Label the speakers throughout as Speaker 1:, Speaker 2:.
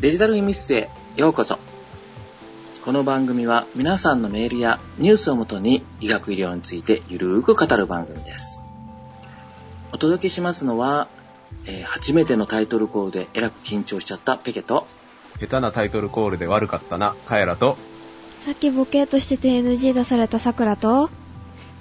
Speaker 1: デジタル医務室へようこそ。この番組は皆さんのメールやニュースをもとに医学医療についてゆるーく語る番組です。お届けしますのは、えー初めてのタイトルコールでえらく緊張しちゃったペケと、
Speaker 2: 下手なタイトルコールで悪かったな、カエラと、
Speaker 3: さっきボケーとしてて NG 出されたさくらと、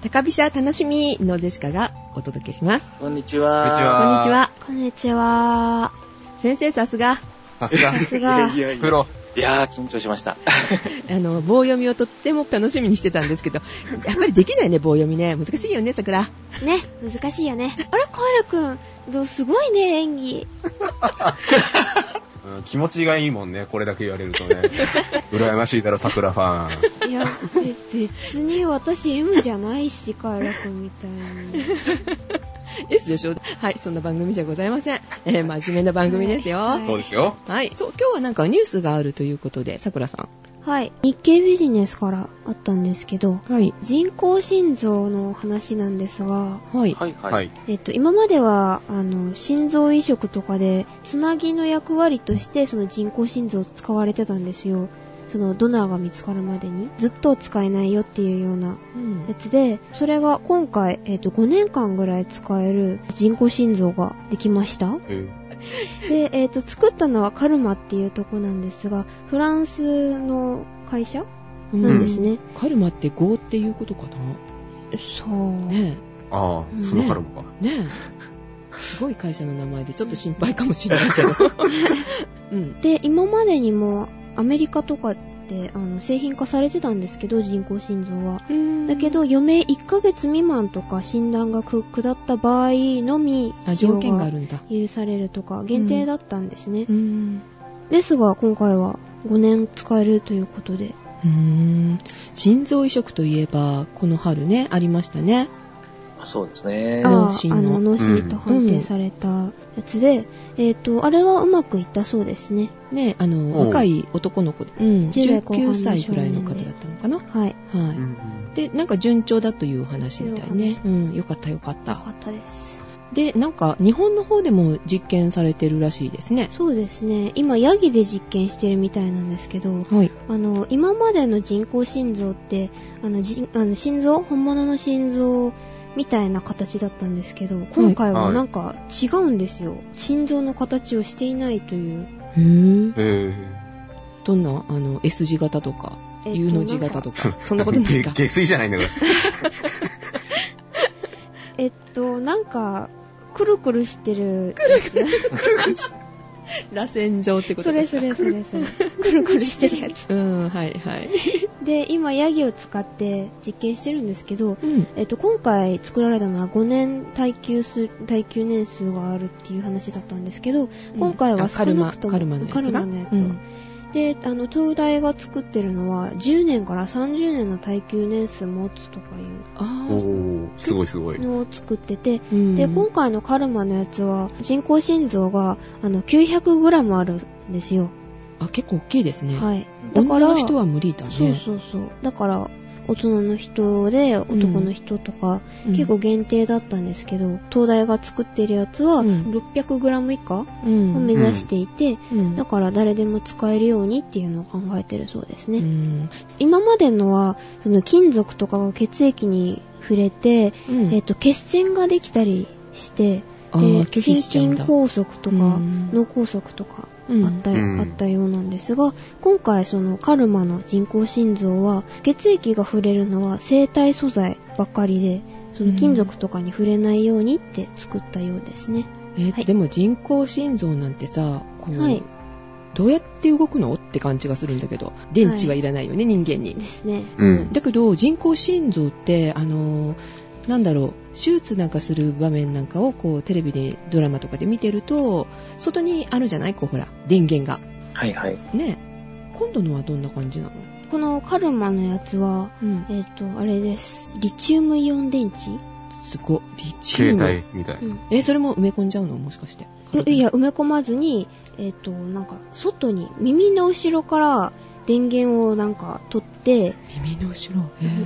Speaker 4: 高飛車楽しみのジェシカがお届けします。
Speaker 1: こんにちは。
Speaker 2: こんにち
Speaker 4: こんにちは。
Speaker 3: こんにちは。
Speaker 4: 先生さすが、
Speaker 2: さす が、
Speaker 3: すが、
Speaker 1: いやいやい
Speaker 2: プ
Speaker 1: や
Speaker 2: ロ。
Speaker 1: いやー、緊張しました。
Speaker 4: あの、棒読みをとっても楽しみにしてたんですけど、やっぱりできないね、棒読みね。難しいよね、桜。
Speaker 3: ね、難しいよね。 あれ、カエラくん、どうすごいね、演技。
Speaker 2: うん気持ちがいいもんね、これだけ言われると ね。羨ましいだろ、桜ファン。
Speaker 3: い や、べ別に私 M じゃないし、カエラくんみたいに。
Speaker 4: S でしょはい、そんな番組じゃございません。えー真面目な番組ですよ。
Speaker 3: は
Speaker 2: そうですよ。
Speaker 4: はい、そう、今日はなんかニュースがあるということで、桜さ
Speaker 3: はい。日経ビジネスからあったんですけど、
Speaker 4: ん。はい。
Speaker 3: 人工心臓の話なんですが、
Speaker 4: はい。
Speaker 1: はいはい。
Speaker 2: はい。
Speaker 3: えっと、今までは、あの、心臓移植とかで、つなぎの役割として、その人工心臓を使われてたんですよ。その、ドナーが見つかるまでに。ずっと使えないよっていうような
Speaker 4: うん
Speaker 3: やつで、それが今回、えっと、5年間ぐらい使える人工心臓ができました。
Speaker 2: うん
Speaker 3: で、えっと、作ったのはカルマっていうとこなんですが、フランスの会社なんです。ね。
Speaker 4: うんカルマって5っていうことか
Speaker 3: そう。
Speaker 4: なね
Speaker 2: ああ、そのカルマか。
Speaker 4: え。ねえ。すごい会社の名前でちょっと心配かもし れないけど。うん。
Speaker 3: で今までにもアメリカとかってあの製品化されてたんですけど人工心臓はだけど、余命1ヶ月未満とか診断がく下った場合のみ
Speaker 4: あ、
Speaker 3: 使用
Speaker 4: 条件があるんだ。
Speaker 3: 許されるとか限定だったんですね、
Speaker 4: うん。
Speaker 3: ですが今回は5年使えるということで
Speaker 4: うーん心臓移植といえばこの春ねありましたね
Speaker 1: そうですね。
Speaker 4: あ
Speaker 3: あ
Speaker 4: 脳
Speaker 3: ー
Speaker 4: 死
Speaker 3: あ
Speaker 4: の
Speaker 3: の脳死と判定されたやつで、えっ、とあれはうまくいったそうですね
Speaker 4: ねあの
Speaker 2: おう
Speaker 4: 若い男の子で、うん、
Speaker 3: 10代後半の
Speaker 4: 19歳くらいの方だったのかな
Speaker 3: はいよ
Speaker 4: はい、でなんか順調だというお話みたいね
Speaker 3: そういうお
Speaker 4: うんよかったよかった
Speaker 3: かったです
Speaker 4: でなんか日本の方でも実験されてるらしいですね
Speaker 3: そうですね今ヤギで実験してるみたいなんですけど、
Speaker 4: はい
Speaker 3: あの今までの人工心臓ってあのじあの心臓本物の心臓みたいな形だったんですけど今回ははいなんか違うんですよ、心臓の形をしていないという、
Speaker 4: へ
Speaker 2: え
Speaker 4: えどんなあの S 字型とか
Speaker 3: えっと
Speaker 4: U の字
Speaker 3: な
Speaker 4: 型
Speaker 3: んか
Speaker 4: とかそんなことない か
Speaker 2: 下水じゃないんだから。
Speaker 3: えっとなんかくるくるしてる
Speaker 4: 螺旋状ってこと
Speaker 3: それ
Speaker 4: です
Speaker 3: そ
Speaker 4: か
Speaker 3: れそれそれくるくるしてるやつ
Speaker 4: うんはいはい、
Speaker 3: で今ヤギを使って実験してるんですけど
Speaker 4: うん、
Speaker 3: えっと、今回作られたのは5年耐久数耐久年数があるっていう話だったんですけど、今回は
Speaker 4: あカ
Speaker 3: 少
Speaker 4: ル
Speaker 3: な
Speaker 4: マ
Speaker 3: くとも
Speaker 4: カルマのやつが
Speaker 3: カルマのやつを
Speaker 4: うん
Speaker 3: であの東大が作ってるのは10年から30年の耐久年数持つとかい。
Speaker 4: あ
Speaker 2: お
Speaker 4: ー
Speaker 2: ー、すごいすごいう
Speaker 3: のを作ってて、
Speaker 4: うん
Speaker 3: で今回のカルマのやつは人工心臓があの 900g あるんですよ、
Speaker 4: あ結構大きいですね、
Speaker 3: はいだか
Speaker 4: 女
Speaker 3: ら
Speaker 4: の人は無理だね。
Speaker 3: そうそうそうだから大人の人で男の人とか、
Speaker 4: うん
Speaker 3: 結構、限定だったんですけど、東大が作ってるやつは
Speaker 4: うん
Speaker 3: 600g 以下を
Speaker 4: うん
Speaker 3: 目指していて、
Speaker 4: うん
Speaker 3: だから誰でも使えるようにっていうのを考えてるそうですね、
Speaker 4: うん
Speaker 3: 今までのはその金属とかが血液に触れて、
Speaker 4: うん
Speaker 3: えっと血栓ができたりして
Speaker 4: あー
Speaker 3: で
Speaker 4: 拒
Speaker 3: 心
Speaker 4: 否しちゃうん
Speaker 3: 筋
Speaker 4: だ
Speaker 3: 梗塞とか
Speaker 4: うん
Speaker 3: 脳梗塞とか
Speaker 4: うん
Speaker 3: あった,、
Speaker 2: うん
Speaker 3: あったようなんですが今回そのカルマの人工心臓は血液が触れるのは生体素材ばっかりでその金属とかに触れないようにって作ったようですね、
Speaker 4: えー
Speaker 3: はい
Speaker 4: でも人工心臓なんてさ、こう
Speaker 3: はい
Speaker 4: どうやって動くのって感じがするんだけど、電池はいらないよね、人間に
Speaker 3: で。すね
Speaker 2: うん。
Speaker 4: だけど人工心臓ってあのーなんだろう手術なんかする場面なんかをこうテレビでドラマとかで見てると外にあるじゃないこうほら電源が
Speaker 1: はいはい。
Speaker 4: ね今度のはどんな感じなの、
Speaker 3: このカルマのやつは
Speaker 4: うん、
Speaker 3: えっ、とあれですリチウムイオン電池
Speaker 4: すごいリチウ
Speaker 2: 携
Speaker 4: ム
Speaker 2: 帯みたい。
Speaker 4: えそれも埋め込んじゃうのもしかして
Speaker 3: えいや埋め込まずにえっ、となんか外に耳の後ろから電源をなんか取って
Speaker 4: 耳の後ろ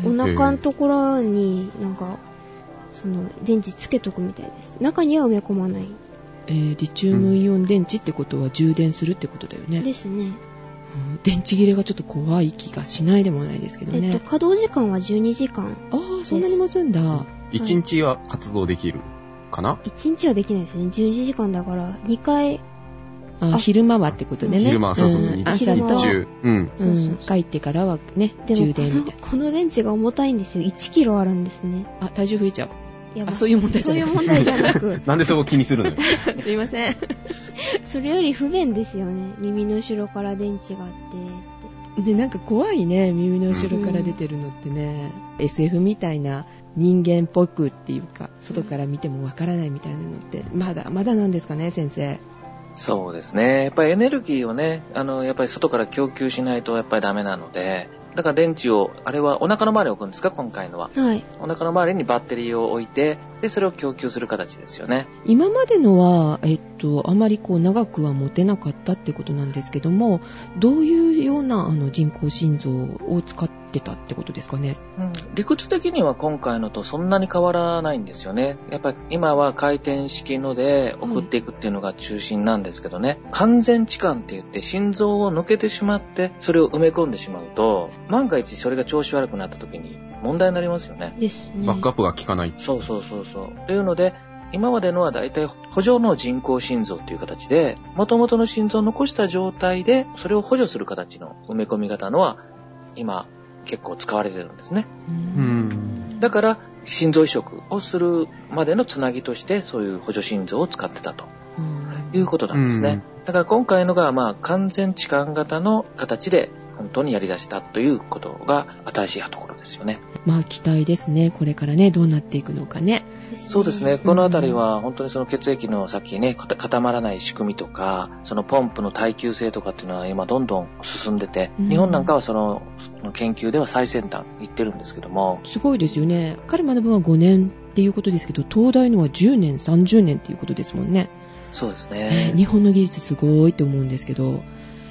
Speaker 3: お腹のところになんかその電池つけとくみたいです中には埋め込まない
Speaker 4: えーリチウムイオン電池ってことは充電するってことだよね、
Speaker 3: ですね。
Speaker 4: うん電池切れがちょっと怖い気がしないでもないですけど
Speaker 3: えっと、
Speaker 4: ね、
Speaker 3: 稼働時間は12時間。
Speaker 4: ああそんなに持つんだ
Speaker 2: 一日は活動できるかな、
Speaker 3: 1日はできないですね。12時間だから、2回、
Speaker 4: あ
Speaker 3: あ
Speaker 4: 昼間はってことでね
Speaker 2: 昼間はそうそうそう、
Speaker 4: ん
Speaker 2: 日
Speaker 4: 朝
Speaker 3: 昼間
Speaker 4: と、
Speaker 3: は
Speaker 2: 日中。うん。、
Speaker 3: そううそうん
Speaker 4: 帰ってからはね
Speaker 3: で
Speaker 4: 充
Speaker 3: もこ
Speaker 4: 電み
Speaker 3: の
Speaker 4: たい
Speaker 3: この電池が重たいんですよ。1キロあるんですね。
Speaker 4: なあ体重増えちゃう
Speaker 3: やば
Speaker 4: あそういう問題じゃない
Speaker 3: そういう問題じゃな く
Speaker 2: なんでそこ気にするのよ。
Speaker 4: すいません。
Speaker 3: それより不便ですよね。耳の後ろから電池があって。
Speaker 4: で、なんか怖いね、耳の後ろから出てるのってね。SF みたいな人間っぽくっていうか、外から見てもわからないみたいなのって、まだまだなんですかね、先生。
Speaker 1: そうですね。やっぱりエネルギーをね、あの、やっぱり外から供給しないとやっぱりダメなので、だから電池を、あれはお腹の周りに置くんですか今回のは。
Speaker 3: はい。
Speaker 1: お腹の周りにバッテリーを置いて、で、それを供給する形ですよね。
Speaker 4: 今までのは、えっと、あまりこう長くは持てなかったってことなんですけども、どういうようなあの人工心臓を使ってたってことですかね。
Speaker 1: うん理屈的には今回のとそんなに変わらないんですよね。やっぱり今は回転式ので送っていくっていうのが中心なんですけどね、完全置換って言って心臓を抜けてしまってそれを埋め込んでしまうと、万が一それが調子悪くなった時に問題になりますよね。
Speaker 3: ですね。
Speaker 2: バックアップが効かない。
Speaker 1: そうそうそうそう。というので、今までのは大体補助の人工心臓っていう形で、元々の心臓を残した状態で、それを補助する形の埋め込み型のは、今結構使われてるんですね。
Speaker 2: うん。
Speaker 1: だから、心臓移植をするまでのつなぎとして、そういう補助心臓を使ってたと
Speaker 4: うん
Speaker 1: いうことなんですね。だから今回のが、まあ、完全痴漢型の形で、本当にやり出したということが新しいところですよね。
Speaker 4: まあ期待ですね、これからね、どうなっていくのかね。
Speaker 1: そうですね。このあたりは本当にその血液のさっきね、固固まらない仕組みとか、そのポンプの耐久性とかっていうのは今どんどん進んでて、
Speaker 4: うん
Speaker 1: 日本なんかはそのその研究では最先端行ってるんですけども、
Speaker 4: すごいですよね。彼学ぶは5年っていうことですけど、東大のは10年、30年っていうことですもんね。
Speaker 1: そうです
Speaker 4: えー
Speaker 1: ね。
Speaker 4: 日本の技術すごいと思うんですけど、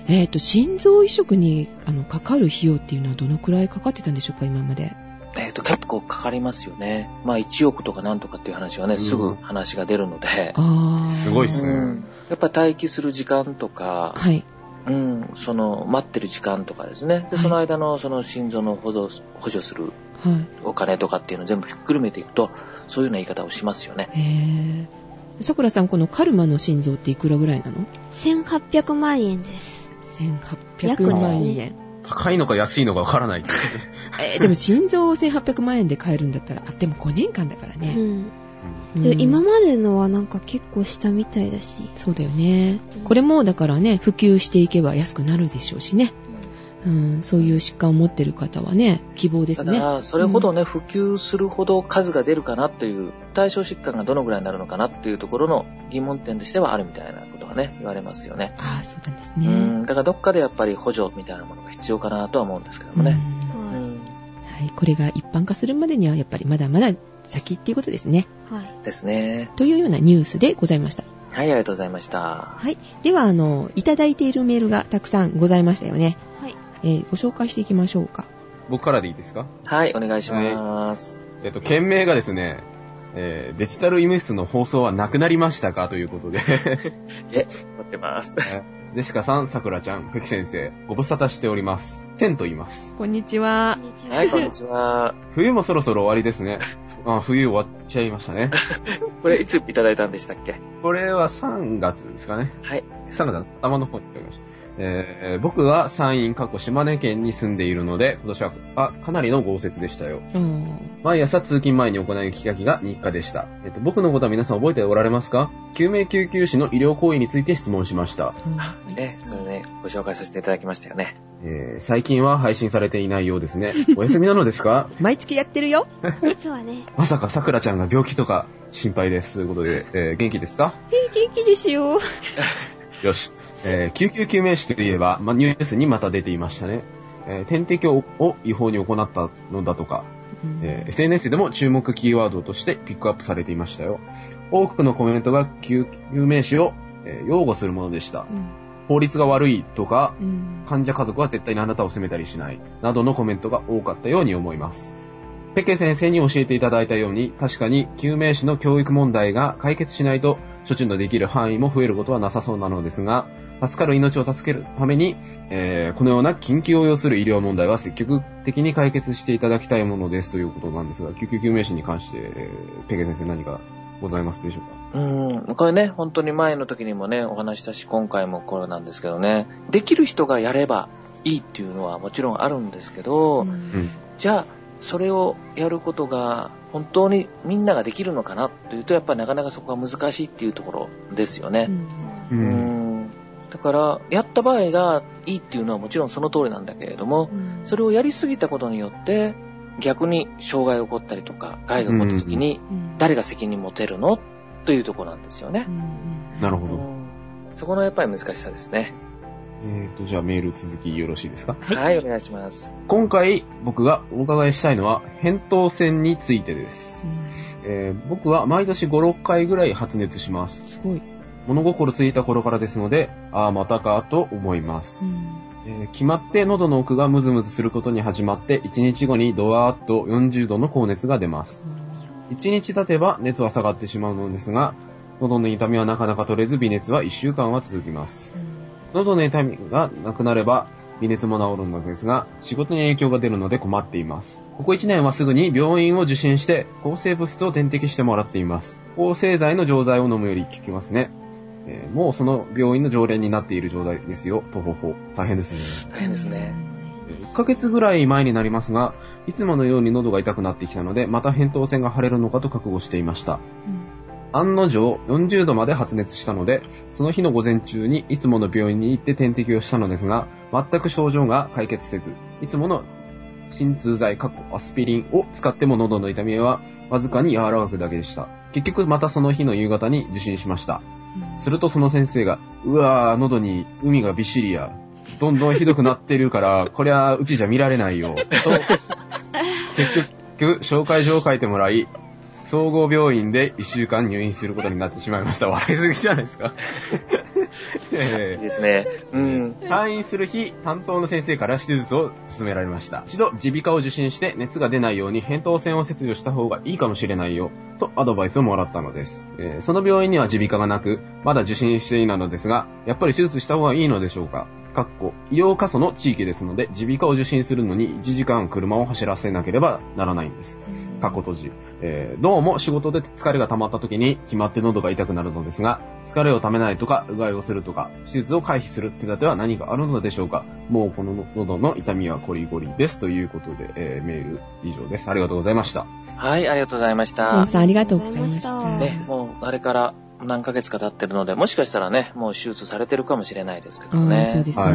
Speaker 4: えっ、と、心臓移植にあのかかる費用っていうのはどのくらいかかってたんでしょうか、今まで。
Speaker 1: えっ、と、結構かかりますよね。まあ1億とかなんとかっていう話はね、
Speaker 2: うん
Speaker 1: すぐ話が出るので、
Speaker 4: あー
Speaker 2: すごいっ
Speaker 1: う
Speaker 2: すね
Speaker 1: ん、やっぱ待機する時間とか、
Speaker 4: はい。
Speaker 1: うん、その待ってる時間とかですね。で、その間のその心臓の補助補助する
Speaker 4: はい。
Speaker 1: お金とかっていうのを全部ひっくるめていくと、そういうような言い方をしますよね。
Speaker 4: えー、さくらさん、このカルマの心臓っていくらぐらいなの
Speaker 3: 1800万円です。約
Speaker 4: ?1800
Speaker 2: ですね
Speaker 4: 万円。
Speaker 2: 高いのか安いのかわからない。
Speaker 4: えーでも心臓を1800万円で買えるんだったら、あ、でも5年間だから
Speaker 3: う
Speaker 4: ね。
Speaker 3: ん。
Speaker 4: うん
Speaker 3: で今までのはなんか結構したみたいだし。
Speaker 4: そうだよね
Speaker 3: うん。
Speaker 4: これもだからね、普及していけば安くなるでしょうしね。うん、そういう疾患を持ってる方はね、希望です
Speaker 1: た
Speaker 4: ね。
Speaker 1: だ、それほどね、普及するほど数が出るかなという、対象疾患がどのぐらいになるのかなっていうところの疑問点としてはあるみたいなことがね、言われますよね。
Speaker 4: ああ、そうなんです
Speaker 1: う
Speaker 4: ね。
Speaker 1: ん、だからどっかでやっぱり補助みたいなものが必要かなとは思うんですけどもね。
Speaker 4: うん
Speaker 1: う
Speaker 3: は
Speaker 1: ん
Speaker 4: はい、これが一般化するまでにはやっぱりまだまだ先っていうことですね。
Speaker 3: い。はい。
Speaker 1: ですね。
Speaker 4: というようなニュースでございました。
Speaker 1: はい、ありがとうございました。
Speaker 4: はい。では、あの、いただいているメールがたくさんございましたよね。
Speaker 3: はい。
Speaker 4: えーご紹介していきましょうか。
Speaker 2: 僕からでいいですか
Speaker 1: はい、お願いします。
Speaker 2: えっと、件名がですね、えーデジタル医務室の放送はなくなりましたかということで。
Speaker 1: 待ってます。
Speaker 2: ジェシカさん、さくらちゃん、関先生、ご無沙汰しております。テンと言います。
Speaker 4: こんにちは。
Speaker 1: はい、こんにちは。
Speaker 2: 冬もそろそろ終わりですね。あ冬終わっちゃいましたね。
Speaker 1: これ、いついただいたんでしたっけ
Speaker 2: これは3月ですかね。
Speaker 1: はい。
Speaker 2: 3月の頭の方に書きました。えー僕は山陰、過去島根県に住んでいるので、今年は、あ、かなりの豪雪でしたよ。毎朝通勤前に行う聞き書きが日課でした。えっと、僕のことは皆さん覚えておられますか救命救急士の医療行為について質問しました。
Speaker 1: ね、それね、ご紹介させていただきましたよね。
Speaker 2: えー最近は配信されていないようですね。お休みなのですか
Speaker 4: 毎月やってるよ。
Speaker 3: 実はね、
Speaker 2: まさか桜ちゃんが病気とか心配です。ということで、えー元気ですか
Speaker 3: 元気ですよ。
Speaker 2: よし。えー救急救命士といえば、ま、ニュースにまた出ていましたね。えー点滴をを違法に行ったのだとか、えー SNS でも注目キーワードとしてピックアップされていましたよ。多くのコメントが救救命士を、えー擁護するものでした。
Speaker 4: うん
Speaker 2: 法律が悪いとか、
Speaker 4: うん
Speaker 2: 患者家族は絶対にあなたを責めたりしない、などのコメントが多かったように思います。ペケ先生に教えていただいたように、確かに救命士の教育問題が解決しないと、処置のできる範囲も増えることはなさそうなのですが、助かる命を助けるために、えーこのような緊急を要する医療問題は積極的に解決していただきたいものですということなんですが、救急救命士に関して、えーペケ先生何かございますでしょうか
Speaker 1: うん、これね、本当に前の時にもね、お話ししたし、今回もこれなんですけどね、できる人がやればいいっていうのはもちろんあるんですけど、
Speaker 2: うん。
Speaker 1: じゃあ、それをやることが本当にみんなができるのかなというと、やっぱりなかなかそこが難しいっていうところですよね。
Speaker 2: う。
Speaker 1: うんんだから、やった場合がいいっていうのはもちろんその通りなんだけれども、それをやりすぎたことによって、逆に障害が起こったりとか、害が起こった時に、誰が責任持てるのというところなんですよね。
Speaker 2: なるほど。
Speaker 1: そこのやっぱり難しさですね。
Speaker 2: えーと、じゃあメール続きよろしいですか
Speaker 1: はい、お願いします。
Speaker 2: 今回僕がお伺いしたいのは、扁桃腺についてです。えー僕は毎年5、6回ぐらい発熱します。
Speaker 4: すごい。
Speaker 2: 物心ついた頃からですので、ああ、またかと思います。えー決まって喉の奥がムズムズすることに始まって、1日後にドワーッと40度の高熱が出ます。1日経てば熱は下がってしまうのですが、喉の痛みはなかなか取れず、微熱は1週間は続きます。喉の痛みがなくなれば、微熱も治るのですが、仕事に影響が出るので困っています。ここ1年はすぐに病院を受診して、抗生物質を点滴してもらっています。抗生剤の錠剤を飲むより効きますね。えーもうその病院の常連になっている状態ですよ、とほほ。大変ですね。
Speaker 1: 大変ですね。
Speaker 2: 1ヶ月ぐらい前になりますが、いつものように喉が痛くなってきたので、また扁桃腺が腫れるのかと覚悟していました。案の定、40度まで発熱したので、その日の午前中にいつもの病院に行って点滴をしたのですが、全く症状が解決せず、いつもの鎮痛剤、かっこアスピリンを使っても喉の痛みはわずかに和らぐだけでした。結局またその日の夕方に受診しました。するとその先生が、うわぁ、喉に海がびっしりや。どんどんひどくなってるから、 こりゃうちじゃ見られないよ。と、結局、紹介状を書いてもらい、総合病院で1週間入院することになってしまいました。笑いすぎじゃないですか。
Speaker 1: い
Speaker 2: え
Speaker 1: い
Speaker 2: え
Speaker 1: ですね。うん。
Speaker 2: 退院する日、担当の先生から手術を勧められました。一度、耳鼻科を受診して、熱が出ないように扁桃腺を切除した方がいいかもしれないよ、とアドバイスをもらったのです。えーその病院には耳鼻科がなく、まだ受診していないのですが、やっぱり手術した方がいいのでしょうかかっこ、医療過疎の地域ですので、耳鼻科を受診するのに1時間車を走らせなければならないんです。過去閉じ。えーどうも仕事で疲れが溜まった時に決まって喉が痛くなるのですが、疲れを溜めないとか、うがいをするとか、手術を回避する手立ては何かあるのでしょうかもうこの喉の痛みはコリコリです。ということで、えーメール以上です。ありがとうございました。
Speaker 1: はい、ありがとうございまし
Speaker 4: ケ
Speaker 1: た
Speaker 4: ン。さんありがとうございました。
Speaker 1: ね、もうあれから何ヶ月か経ってるので、もしかしたらね、もう手術されてるかもしれないですけど
Speaker 4: あ
Speaker 1: ね
Speaker 4: あ。そうですね、
Speaker 2: は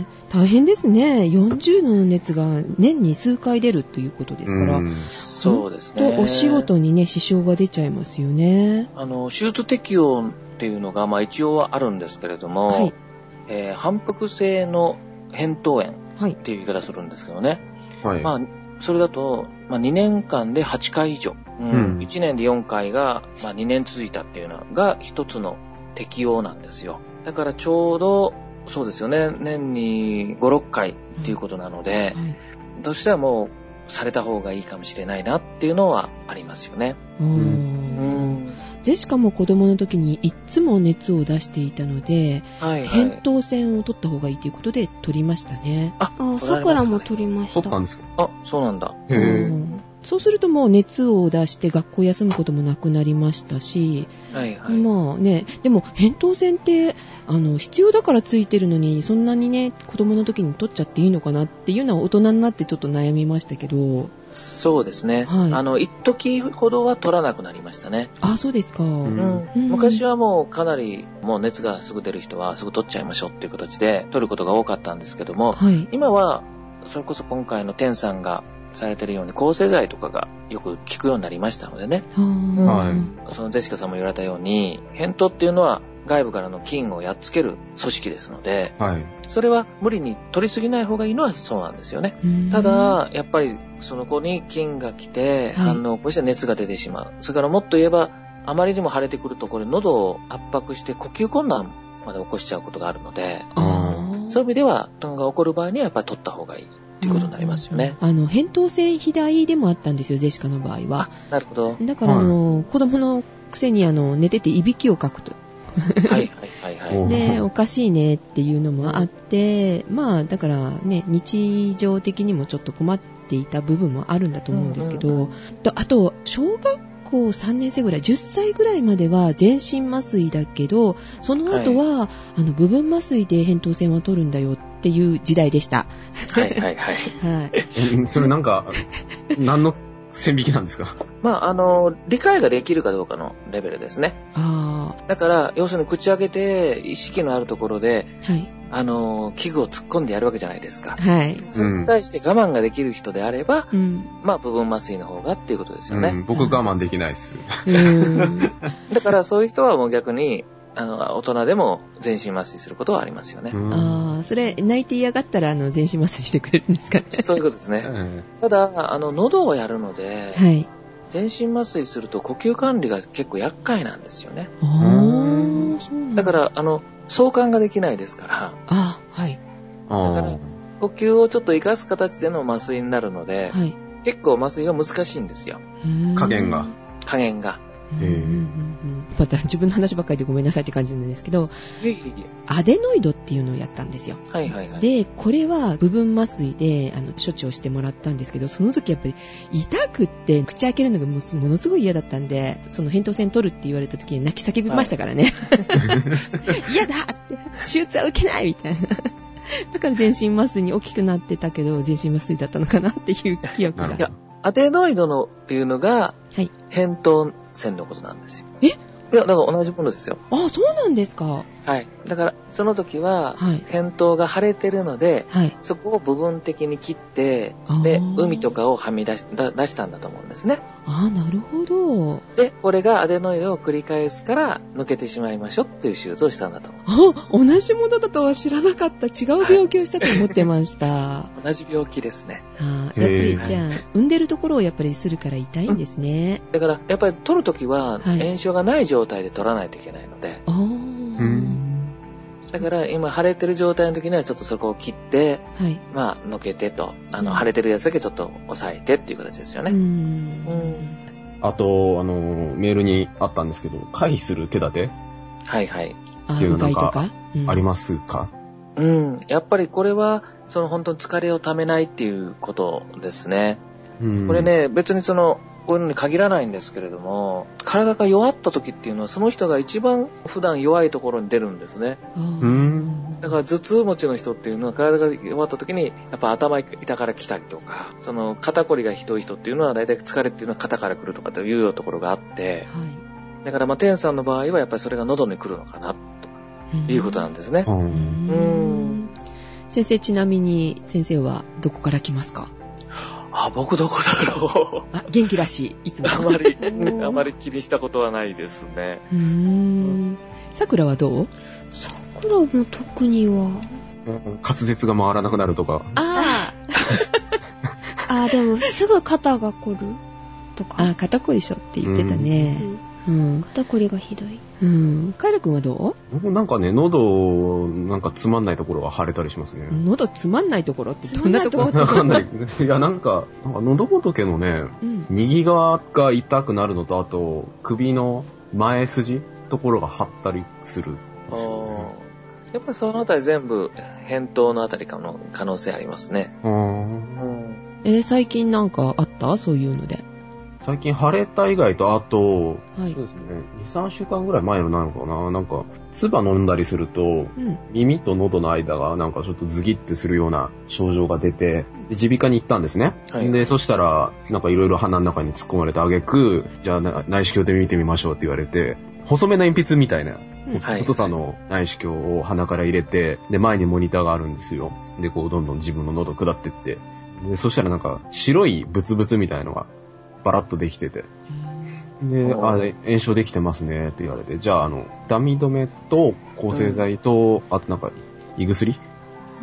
Speaker 2: い
Speaker 4: 大変ですね。40度の熱が年に数回出るということですから、
Speaker 2: うん
Speaker 1: そうですね。
Speaker 4: とお仕事にね、支障が出ちゃいますよね。
Speaker 1: あの、手術適用っていうのが、まあ一応はあるんですけれども、
Speaker 4: はい
Speaker 1: えー反復性の扁桃炎っ
Speaker 4: はい。
Speaker 1: ていう言い方するんですけどね。
Speaker 2: はい。
Speaker 1: まあ、それだと、まあ、2年間で8回以上、うん
Speaker 2: うん
Speaker 1: 1年で4回が、まあ、2年続いたっていうのが一つの適用なんですよ。だからちょうど、そうですよね、年に5、6回っていうことなので、
Speaker 4: はい
Speaker 1: としてはもう、された方がいいかもしれないなっていうのはありますよね。
Speaker 4: あー
Speaker 1: うん。
Speaker 4: ジェシカも子供の時にいっつも熱を出していたので、
Speaker 1: はい、は
Speaker 4: 扁
Speaker 1: い。
Speaker 4: 桃腺を取った方がいいということで取りましたね。
Speaker 3: あ、桜も撮りまし
Speaker 2: 取ったんで
Speaker 3: た。
Speaker 2: すか
Speaker 1: あ、そうなんだ。
Speaker 2: へ
Speaker 4: う
Speaker 2: ぇ。
Speaker 4: んそうするともう熱を出して学校休むこともなくなりましたし、
Speaker 1: はいはい。
Speaker 4: まあね、でも扁桃腺ってあの必要だからついてるのにそんなにね子供の時に取っちゃっていいのかなっていうのは大人になってちょっと悩みましたけど
Speaker 1: そうですね。
Speaker 4: はい
Speaker 1: あの、一時ほどは取らなくなりましたね。
Speaker 4: あそうですか、
Speaker 2: ん
Speaker 4: うん
Speaker 1: 昔はもうかなりもう熱がすぐ出る人はすぐ取っちゃいましょうっていう形で取ることが多かったんですけども、
Speaker 4: はい
Speaker 1: 今はそれこそ今回のテンさんがされてるように抗生剤とかがよく効くようになりましたのでね、
Speaker 4: は
Speaker 2: はい
Speaker 1: そのゼシカさんも言われたように、扁桃っていうのは外部からの菌をやっつける組織ですので、
Speaker 2: はい。
Speaker 1: それは無理に取りすぎない方がいいのはそうなんですよね。
Speaker 4: い
Speaker 1: ただ、やっぱりその子に菌が来て、反応を起こして熱が出てしまう。それからもっと言えば、あまりにも腫れてくると、これ喉を圧迫して呼吸困難まで起こしちゃうことがあるので、そういう意味では、トンが起こる場合にはやっぱり取った方がいいっていうことになりますよね。
Speaker 4: あの扁桃腺肥大でもあったんですよジェシカの場合は
Speaker 1: なるほど。
Speaker 4: だから、
Speaker 2: はい
Speaker 4: あの子供のくせにあの寝てていびきをかくと。
Speaker 1: はいはいはいはい。
Speaker 4: で、
Speaker 2: お
Speaker 4: おかしいねっていうのもあって、まあだからね、日常的にもちょっと困っていた部分もあるんだと思うんですけ
Speaker 1: うんう
Speaker 4: ど、とあと、小学校3年生ぐらい、10歳ぐらいまでは全身麻酔だけど、その後は、あの部分麻酔で扁桃腺を取るんだよっていう時代でした。
Speaker 1: はいはいはい。
Speaker 4: はい。
Speaker 2: えそれなんか、何の線引きなんですか
Speaker 1: まあ、あの、理解ができるかどうかのレベルですね。
Speaker 4: あ
Speaker 1: だから、要するに口開けて、意識のあるところで、
Speaker 4: あ、はい。
Speaker 1: あの、器具を突っ込んでやるわけじゃないですか。
Speaker 4: はい。
Speaker 1: それに対して我慢ができる人であれば、
Speaker 4: うん。
Speaker 1: まあ、部分麻酔の方がっていうことですよ
Speaker 2: う
Speaker 1: ね。
Speaker 2: ん、僕我慢できないです。
Speaker 4: うーん。
Speaker 1: だから、そういう人はもう逆に、あの、大人でも全身麻酔することはありますよね。
Speaker 2: うん
Speaker 4: ああ、それ、泣いて嫌がったら、あの、全身麻酔してくれるんですかね。
Speaker 1: そういうことですね。
Speaker 2: え
Speaker 1: ただ、あの、喉をやるので、
Speaker 4: はい。
Speaker 1: 全身麻酔すると呼吸管理が結構厄介なんですよね。
Speaker 4: ああ、そうなん、
Speaker 1: だからら、あの、相関ができないですから、
Speaker 4: ああ、はい。
Speaker 2: え
Speaker 1: だから
Speaker 2: あ
Speaker 1: 呼吸をちょっと活かす形での麻酔になるので、
Speaker 4: はい。
Speaker 1: 結構麻酔が難しいんですよ。
Speaker 4: うーん
Speaker 2: 加減が。
Speaker 1: 加減が。
Speaker 4: うん
Speaker 2: へえ
Speaker 4: うんうんうんまた自分の話ばっかりでごめんなさいって感じなんですけど、
Speaker 1: いえいえい
Speaker 4: アデノイドっていうのをやったんですよ。
Speaker 1: え。はいはいはい。
Speaker 4: で、これは部分麻酔であの処置をしてもらったんですけど、その時やっぱり痛くって口開けるのがもうものすごい嫌だったんで、その扁桃腺取るって言われた時に泣き叫びましたか らね。嫌だって、手術は受けないみたいな。だから全身麻酔に大きくなってたけど、全身麻酔だったのかなっていう記憶
Speaker 2: なる
Speaker 4: が
Speaker 2: ほ。ど。
Speaker 1: アデノイドのっていうのが、
Speaker 4: はい
Speaker 1: 扁桃腺のことなんですよ。
Speaker 4: え
Speaker 1: いや、だから同じものですよ。
Speaker 4: あ、そうなんですか。
Speaker 1: はい。だから、その時は、
Speaker 4: はい。
Speaker 1: 扁桃が腫れてるので、
Speaker 4: はい。
Speaker 1: そこを部分的に切って、
Speaker 4: あー
Speaker 1: で、海と。かをはみ出しだ出したんだと思うんですね。
Speaker 4: あーなるほど。
Speaker 1: で、これがアデノイドを繰り返すから、抜けてしまいましょうっていう手術をしたんだと思う。
Speaker 4: あ、同じものだとは知らなかった。違う病気をしたと思ってま した。
Speaker 1: 同じ病気ですね。
Speaker 4: あー
Speaker 2: へー
Speaker 4: やっぱりじゃあ、産んでるところをやっぱりするから痛いんですね。
Speaker 1: だから、やっぱり取るときは、
Speaker 4: はい
Speaker 1: 炎症がない状態で取らないといけないので、
Speaker 4: ああ。
Speaker 2: ん
Speaker 1: だから今腫れてる状態の時にはちょっとそこを切って、
Speaker 4: はい。
Speaker 1: まあ、のけてと、あ
Speaker 4: う
Speaker 1: の、
Speaker 4: ん
Speaker 1: 腫れてるやつだけちょっと抑えてっていう形ですよ
Speaker 4: う
Speaker 1: ね。
Speaker 4: ん。
Speaker 2: あと、あの、メールにあったんですけど、回避する手立て
Speaker 1: はいはい。
Speaker 4: あ
Speaker 2: ってい
Speaker 4: ー、
Speaker 2: う
Speaker 4: うがいと
Speaker 2: な
Speaker 4: か。うん
Speaker 2: ありますか、
Speaker 1: うん。やっぱりこれは、その本当に疲れをためないっていうことですね。
Speaker 2: うん
Speaker 1: これ、ね、別にその、こういうのに限らないんですけれども、体が弱った時っていうのは、その人が一番普段弱いところに出るんですね。
Speaker 4: あー
Speaker 2: うん。
Speaker 1: だから頭痛持ちの人っていうのは体が弱った時にやっぱ頭痛から来たりとか、その肩こりがひどい人っていうのは大体疲れっていうのは肩から来るとかというようなところがあって、
Speaker 4: は
Speaker 1: だからまあ天さんの場合はやっぱりそれが喉に来るのかなと
Speaker 4: い。
Speaker 1: いうことなんんですね。
Speaker 2: うん
Speaker 1: うん
Speaker 4: 先生、ちなみに、先生はどこから来ますか
Speaker 1: あ、僕どこだろう。
Speaker 4: あ、元気らしい。いつも。
Speaker 1: あ まり、
Speaker 3: うん
Speaker 1: あまり気にしたことはないですね。
Speaker 4: うーん。桜はどう
Speaker 3: 桜も特には。
Speaker 2: 滑舌が回らなくなるとか。
Speaker 4: あ
Speaker 3: あ、でもすぐ肩が凝ると
Speaker 4: あ。あー、
Speaker 3: か。
Speaker 4: 肩こり症って言ってた
Speaker 3: う
Speaker 4: ね。
Speaker 3: ん
Speaker 4: うん。
Speaker 3: 肩こりがひどい。
Speaker 4: うん。カエル君はど
Speaker 2: 僕なんかね、喉、なんかつまんないところが腫れたりします
Speaker 4: う
Speaker 2: ね。
Speaker 4: 喉つまんないところってどんなところ
Speaker 2: わかんない。 いや、なんか、なんか喉仏のね、
Speaker 4: うん
Speaker 2: 右側が痛くなるのと、あと、首の前筋ところが張ったりするん
Speaker 1: あ
Speaker 2: ですよね。
Speaker 1: ーやっぱりそのあたり全部、返答のあたりかの可能性ありますね。
Speaker 2: うーん
Speaker 4: えー最近なんかあったそういうので。
Speaker 2: 最近腫れた以外と、あと、
Speaker 4: はい
Speaker 2: そう。ですね、2、3週間ぐらい前のなのかな、なんか、唾飲んだりすると、
Speaker 4: うん。
Speaker 2: 耳と喉の間がなんかちょっとズギってするような症状が出て、で、耳鼻科に行ったんですね。
Speaker 1: はい
Speaker 2: で、そしたら、なんかいろいろ鼻の中に突っ込まれた挙句、じゃあな内視鏡で見てみましょうって言われて、細めの鉛筆みたいな、
Speaker 4: うん
Speaker 1: はい
Speaker 2: お父さんの内視鏡を鼻から入れて、で、前にモニターがあるんですよ。で、こう、どんどん自分の喉下ってって。で、そしたらなんか、白いブツブツみたいのが、バラッとできてて。で、
Speaker 1: お
Speaker 2: あ、
Speaker 1: ー
Speaker 2: え炎症できてますねって言われて、じゃあ、あの、痛み止めと、抗生剤と、あとなんか、胃薬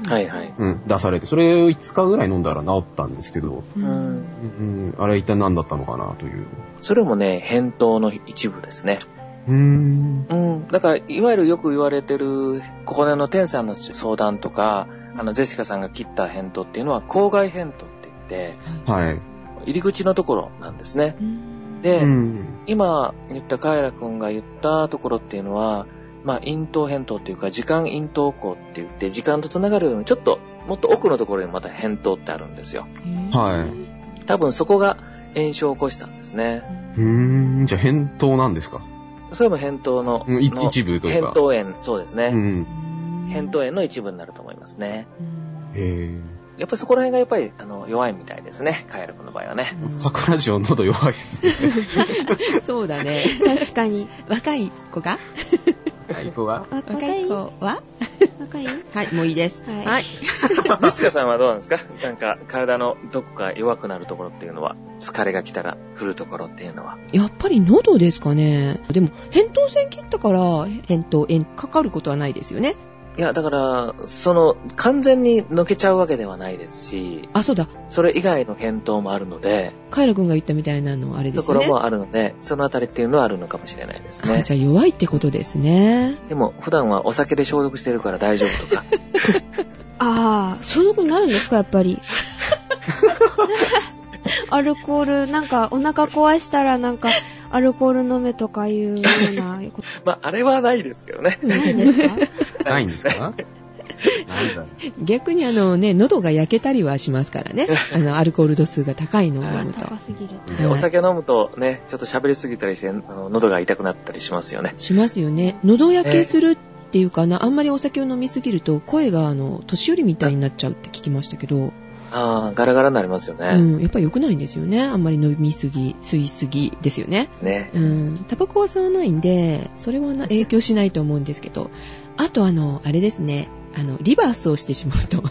Speaker 1: はいはい。
Speaker 2: うん、出されて、それを5日ぐらい飲んだら治ったんですけど、
Speaker 4: う
Speaker 1: うん
Speaker 4: ん。
Speaker 2: うん、あれは一体何だったのかなという。
Speaker 1: それもね、返答の一部ですね。
Speaker 2: うーん。
Speaker 1: うん。だから、いわゆるよく言われてる、ここでの天さんの相談とか、あの、ジェシカさんが切った返答っていうのは、口外返答って言って、
Speaker 2: はい。
Speaker 1: 入り口のところなんですね。
Speaker 4: うん
Speaker 1: で、
Speaker 2: うん。
Speaker 1: 今言ったカイラ君が言ったところっていうのは、まあ、咽頭扁頭っていうか、時間咽頭孔って言って、時間と繋がるように、ちょっと、もっと奥のところにまた扁頭ってあるんですよ。
Speaker 2: はい
Speaker 1: 多分そこが炎症を起こしたんですね。
Speaker 2: うーん、じゃあ、返答なんですか
Speaker 1: それも扁頭の、
Speaker 2: うんい
Speaker 1: の
Speaker 2: 一部という
Speaker 1: 扁
Speaker 2: か。
Speaker 1: 頭炎、そうです
Speaker 2: う
Speaker 1: ね。
Speaker 2: ん。
Speaker 1: 扁頭炎の一部になると思いますね。
Speaker 2: へー
Speaker 1: やっぱりそこら辺がやっぱり、あの、弱いみたいですね。カエル君の場合は ね。
Speaker 2: 桜城喉弱いですね。
Speaker 4: そうだね。
Speaker 3: 確かに。
Speaker 4: 若い子が
Speaker 2: 最後は
Speaker 3: あ
Speaker 4: 若い子は
Speaker 3: 若い
Speaker 4: はい、もういいです。
Speaker 3: はい
Speaker 4: はい。
Speaker 1: ジェシカさんはどうなんですかなんか、体のどこか弱くなるところっていうのは、疲れが来たら来るところっていうのは。
Speaker 4: やっぱり喉ですかね。でも、扁桃腺切ったから、扁桃炎かかることはないですよね。
Speaker 1: いや、だから、その、完全に抜けちゃうわけではないですし、
Speaker 4: あ、そうだ。
Speaker 1: それ以外の検討もあるので、
Speaker 4: カイラ君が言ったみたいなの、あれで
Speaker 1: と
Speaker 4: す
Speaker 1: こ
Speaker 4: よ
Speaker 1: ろ
Speaker 4: ね。
Speaker 1: もあるので、そのあたりっていうのはあるのかもしれないです
Speaker 4: あ
Speaker 1: ね。
Speaker 4: じゃあ弱いってことですね。
Speaker 1: でも、普段はお酒で消毒してるから大丈夫と か、
Speaker 3: ああ、消毒になるんですか、やっぱり。 アルコール、なんか、お腹壊したら、なんか、アルコール飲めとかいうようなこ
Speaker 1: まあ、あれはないですけどね。
Speaker 3: とないんです か
Speaker 2: ないんですかなんだ
Speaker 4: 逆にあのね、喉が焼けたりはします からね。あの、アルコール度数が高いのを
Speaker 3: あ
Speaker 4: 飲む
Speaker 3: ー
Speaker 4: と。
Speaker 3: 高すぎると。
Speaker 1: でお酒飲むとね、ちょっと喋りすぎたりして、あの喉が痛くなったりしますよね。
Speaker 4: しますよね。喉焼けするっていうかな、あんまりお酒を飲みすぎると声があの、年寄りみたいになっちゃうって聞きましたけど、
Speaker 1: ああ、ガラガラになりますよ
Speaker 4: う
Speaker 1: ね。
Speaker 4: ん、やっぱり良くないんですよね。あんまり飲みすぎ、吸いすぎですよね。
Speaker 1: ね。
Speaker 4: うん、タバコは吸わないんで、それはな影響しないと思うんですけど、あとあの、あれですね、あの、リバースをしてしまうと、食べ、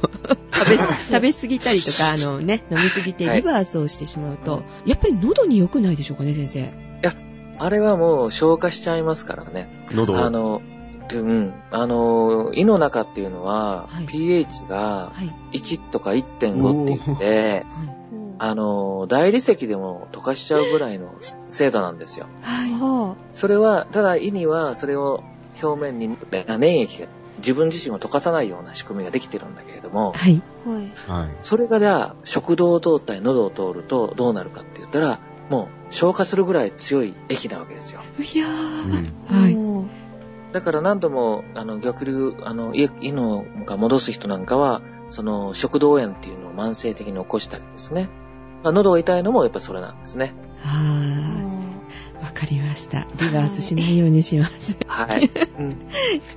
Speaker 4: 食べ過ぎたりとか、あのね、飲みすぎて
Speaker 1: はい
Speaker 4: リバースをしてしまうと、やっぱり喉に良くないでしょうかね、先生。
Speaker 1: あれはもう消化しちゃいますからね。
Speaker 2: 喉
Speaker 1: あ
Speaker 2: を。
Speaker 1: の、うん、あの、胃の中っていうのは、
Speaker 4: はい
Speaker 1: pH が
Speaker 4: はい。
Speaker 1: 1とか1.5って言って、
Speaker 4: は
Speaker 1: あの、大理石でも溶かしちゃうぐらいの精度なんですよ。
Speaker 4: い。
Speaker 3: は
Speaker 1: それは、ただ胃にはそれを表面にあ粘液が自分自身を溶かさないような仕組みができてるんだけれども、
Speaker 4: はい。
Speaker 3: あ、はい。
Speaker 2: はい。
Speaker 1: それがじゃあ食道を通ったり喉を通るとどうなるかって言ったら、もう消化するぐらい強い液なわけですよ。
Speaker 4: いや
Speaker 2: うん
Speaker 4: はい
Speaker 3: おー
Speaker 1: だから何度も、あの、逆流、あの、胃胃のが戻す人なんかは、その、食道炎っていうのを慢性的に起こしたりですね。まあ、喉が痛いのもやっぱそれなんですね。
Speaker 4: あー、わかりました。リバースしないようにします。
Speaker 1: はい。うん。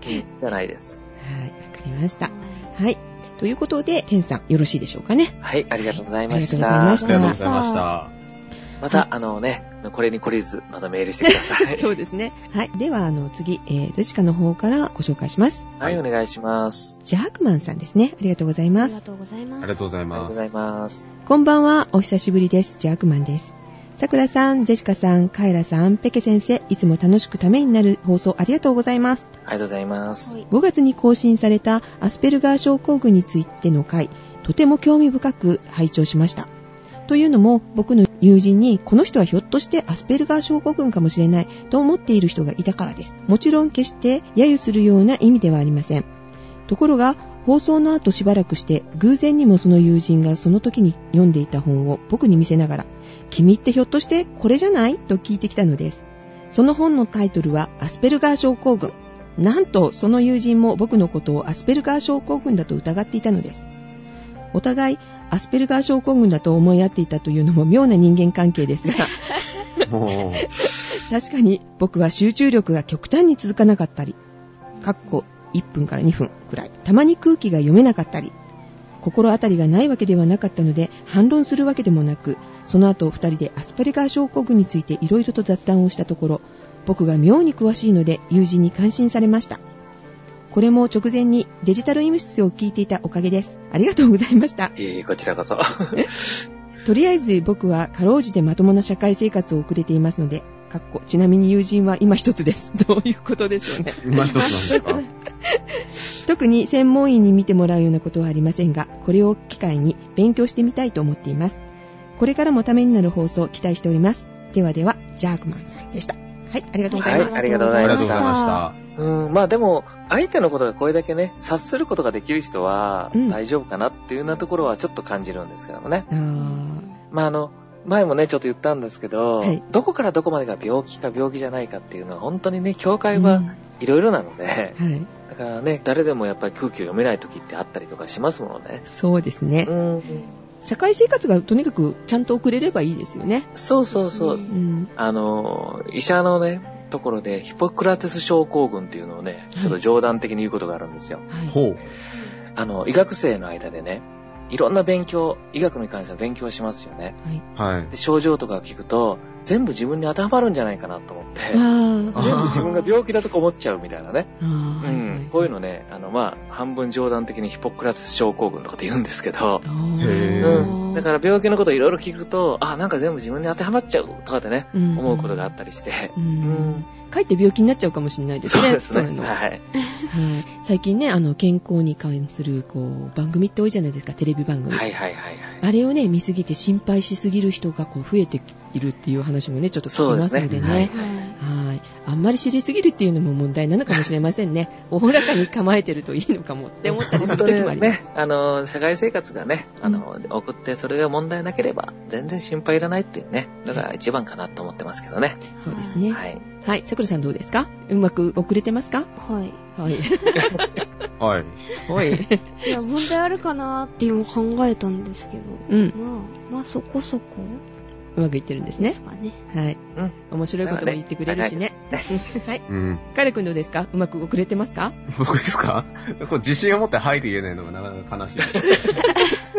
Speaker 1: じゃないです。
Speaker 4: はい、わかりまし
Speaker 3: あ
Speaker 4: た。
Speaker 3: ー
Speaker 4: はい。ということで、天さん、よろしいでしょうかね。
Speaker 1: はい、ありがとうございました。
Speaker 4: はいありがとうございま
Speaker 2: あ
Speaker 4: し
Speaker 2: りがとうございました。
Speaker 1: また、あのね、これに懲りず、またメールしてください。
Speaker 4: そうですね。はい。では、あの、次、えー、ジェシカの方からご紹介します。
Speaker 1: はい、お願いします。
Speaker 4: ジャークマンさんですね。ありがとうござい
Speaker 3: あ
Speaker 4: ま
Speaker 3: り
Speaker 4: す
Speaker 3: が。とうござい
Speaker 2: あ
Speaker 3: ま
Speaker 2: りが
Speaker 3: す。
Speaker 2: とうござい
Speaker 1: ありがとう
Speaker 2: ま
Speaker 1: ご
Speaker 2: す。
Speaker 1: ざいます。
Speaker 4: こんばんは、お久しぶりです。ジャークマンです。さくらさん、ジェシカさん、カエラさん、ペケ先生、いつも楽しくためになる放送ありがとうございます。
Speaker 1: ありがとうございます。
Speaker 3: はい
Speaker 4: 5月に更新されたアスペルガー症候群についての回、とても興味深く拝聴しました。というのも、僕の友人に、この人はひょっとしてアスペルガー症候群かもしれないと思っている人がいたからです。もちろん決して揶揄するような意味ではありません。ところが、放送の後しばらくして、偶然にもその友人がその時に読んでいた本を僕に見せながら、君ってひょっとしてこれじゃないと聞いてきたのです。その本のタイトルは、アスペルガー症候群。なんとその友人も僕のことをアスペルガー症候群だと疑っていたのです。お互いアスペルガー症候群だと思い合っていたというのも妙な人間関係ですが、
Speaker 2: もう、
Speaker 4: 確かに僕は集中力が極端に続かなかったり、かっこ1分から2分くらい、たまに空気が読めなかったり、心当たりがないわけではなかったので反論するわけでもなく、その後2人でアスペルガー症候群についていろいろと雑談をしたところ、僕が妙に詳しいので友人に感心されました。これも直前にデジタル医務室を聞いていたおかげです。ありがとうございました。
Speaker 1: えー、こちらこそ。
Speaker 4: とりあえず僕はかろうじてまともな社会生活を送れていますので、かっこちなみに友人は今一つです。 どういうことでしょうね。
Speaker 2: 今一つなんですか。
Speaker 4: 特に専門医に見てもらうようなことはありませんが、これを機会に勉強してみたいと思っています。これからもためになる放送を期待しております。ではでは、ジャークマンさんでした。はい、ありがとうございます。
Speaker 1: はいありがとうござ
Speaker 2: あり
Speaker 1: い
Speaker 2: が
Speaker 1: ま
Speaker 2: と
Speaker 1: し
Speaker 2: うござい
Speaker 1: た
Speaker 2: ました。
Speaker 1: うん、まあでも、相手のことがこれだけね、察することができる人は
Speaker 4: うん
Speaker 1: 大丈夫かなっていうようなところはちょっと感じるんですけどもね。
Speaker 4: あー
Speaker 1: まああの、前もね、ちょっと言ったんですけど、
Speaker 4: はい
Speaker 1: どこからどこまでが病気か病気じゃないかっていうのは、本当にね、境
Speaker 4: は
Speaker 1: 界
Speaker 4: い
Speaker 1: ははいろいろなので、
Speaker 4: はい、
Speaker 1: だからね、誰でもやっぱり空気を読めない時ってあったりとかしますものね。
Speaker 4: そうですね
Speaker 1: う。ん。
Speaker 4: 社会生活がとにかくちゃんと送れればいいですよね。
Speaker 1: そうそうそう。
Speaker 3: です
Speaker 4: う
Speaker 3: ね
Speaker 4: ん。
Speaker 1: あの、医者のね、ところで、ヒポクラテス症候群っていうのをね、ちょっと冗談的に言うことがあるんですよ。
Speaker 4: はい。
Speaker 2: ほう。
Speaker 1: あの、医学生の間でね、いろんな勉強、医学に関しては勉強しますよね。
Speaker 4: はい、
Speaker 2: はい。
Speaker 1: で症状とか聞くと、全部自分に当てはまるんじゃないかなと思って、
Speaker 4: あ
Speaker 2: あ
Speaker 1: 全部自分が病気だとか思っちゃうみたいなね。
Speaker 4: あ、は
Speaker 1: うんこういうのね、あの、まあ、半分冗談的にヒポクラテス症候群とかって言うんですけど、
Speaker 2: へ
Speaker 1: う
Speaker 2: ー
Speaker 1: ん。だから病気のこといろいろ聞くと、あ、なんか全部自分に当てはまっちゃうとかってね、
Speaker 4: ら、ん
Speaker 1: 思うことがあったりして。
Speaker 4: う
Speaker 1: うん
Speaker 4: ん。かえって病気になっちゃうかもしれないですね。
Speaker 1: そうです
Speaker 4: い
Speaker 1: ね。
Speaker 4: の
Speaker 1: は。
Speaker 4: はい最近ね、あの、健康に関する、こう、番組って多いじゃないですか、テレビ番組。
Speaker 1: はいはいはいはい。
Speaker 4: あれをね、見すぎて心配しすぎる人が、こう、増えているっていう話もね、ちょっと聞きますの
Speaker 2: そ
Speaker 4: で
Speaker 2: うですね
Speaker 4: ね。はい。あんまり知りすぎるっていうのも問題なのかもしれませんね。おおらかに構えてるといいのかもって思ったりす
Speaker 1: 本
Speaker 4: る
Speaker 1: 当
Speaker 4: 時もあ
Speaker 1: に
Speaker 4: り
Speaker 1: ね
Speaker 4: ます。、
Speaker 1: あの、社会生活がね、あの、送ってそれが問題なければ、全然心配いらないっていうね、のが一番かなと思ってますけどね。
Speaker 4: そうですね。
Speaker 1: はい。
Speaker 4: はい。さくらさんどうですかうまく遅れてますか
Speaker 3: はい。
Speaker 4: はい。
Speaker 2: はい。
Speaker 4: はい。
Speaker 3: いや、問題あるかなーって今考えたんですけど、
Speaker 4: うん。
Speaker 3: まあ、まあそこそこ
Speaker 4: うまくいってるんです
Speaker 3: で
Speaker 4: ね
Speaker 3: す。かね。
Speaker 4: はい。
Speaker 1: うん
Speaker 4: 面白いことも言ってくれるしね。はい。
Speaker 2: うん。
Speaker 4: 彼くんどうですかうまく遅れてますか
Speaker 2: 僕ですか こう自信を持ってはいと言えないのがなかなか悲しい。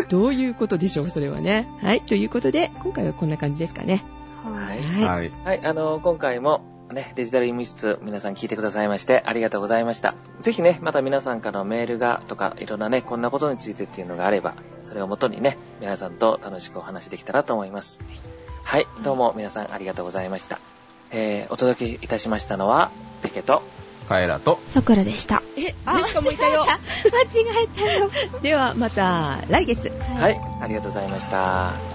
Speaker 4: どういうことでしょうそれはね。はい。ということで、今回はこんな感じですかね。
Speaker 1: は
Speaker 3: はいい。
Speaker 4: は
Speaker 2: はい。
Speaker 1: はい、あの、今回も、ね、デジタル医務室、皆さん聞いてくださいまして、ありがとうございました。ぜひね、また皆さんからのメールが、とか、いろんなね、こんなことについてっていうのがあれば、それをもとにね、皆さんと楽しくお話できたらと思います。はい、どうも皆さんありがとうございました。えー、お届けいたしましたのは、ペケと、
Speaker 2: カエラと、
Speaker 3: さくらでした。
Speaker 4: い。え、ジェシカもいたよ。
Speaker 3: 間違えたよ。
Speaker 4: では、また来月。
Speaker 1: はい、ありがとうございました。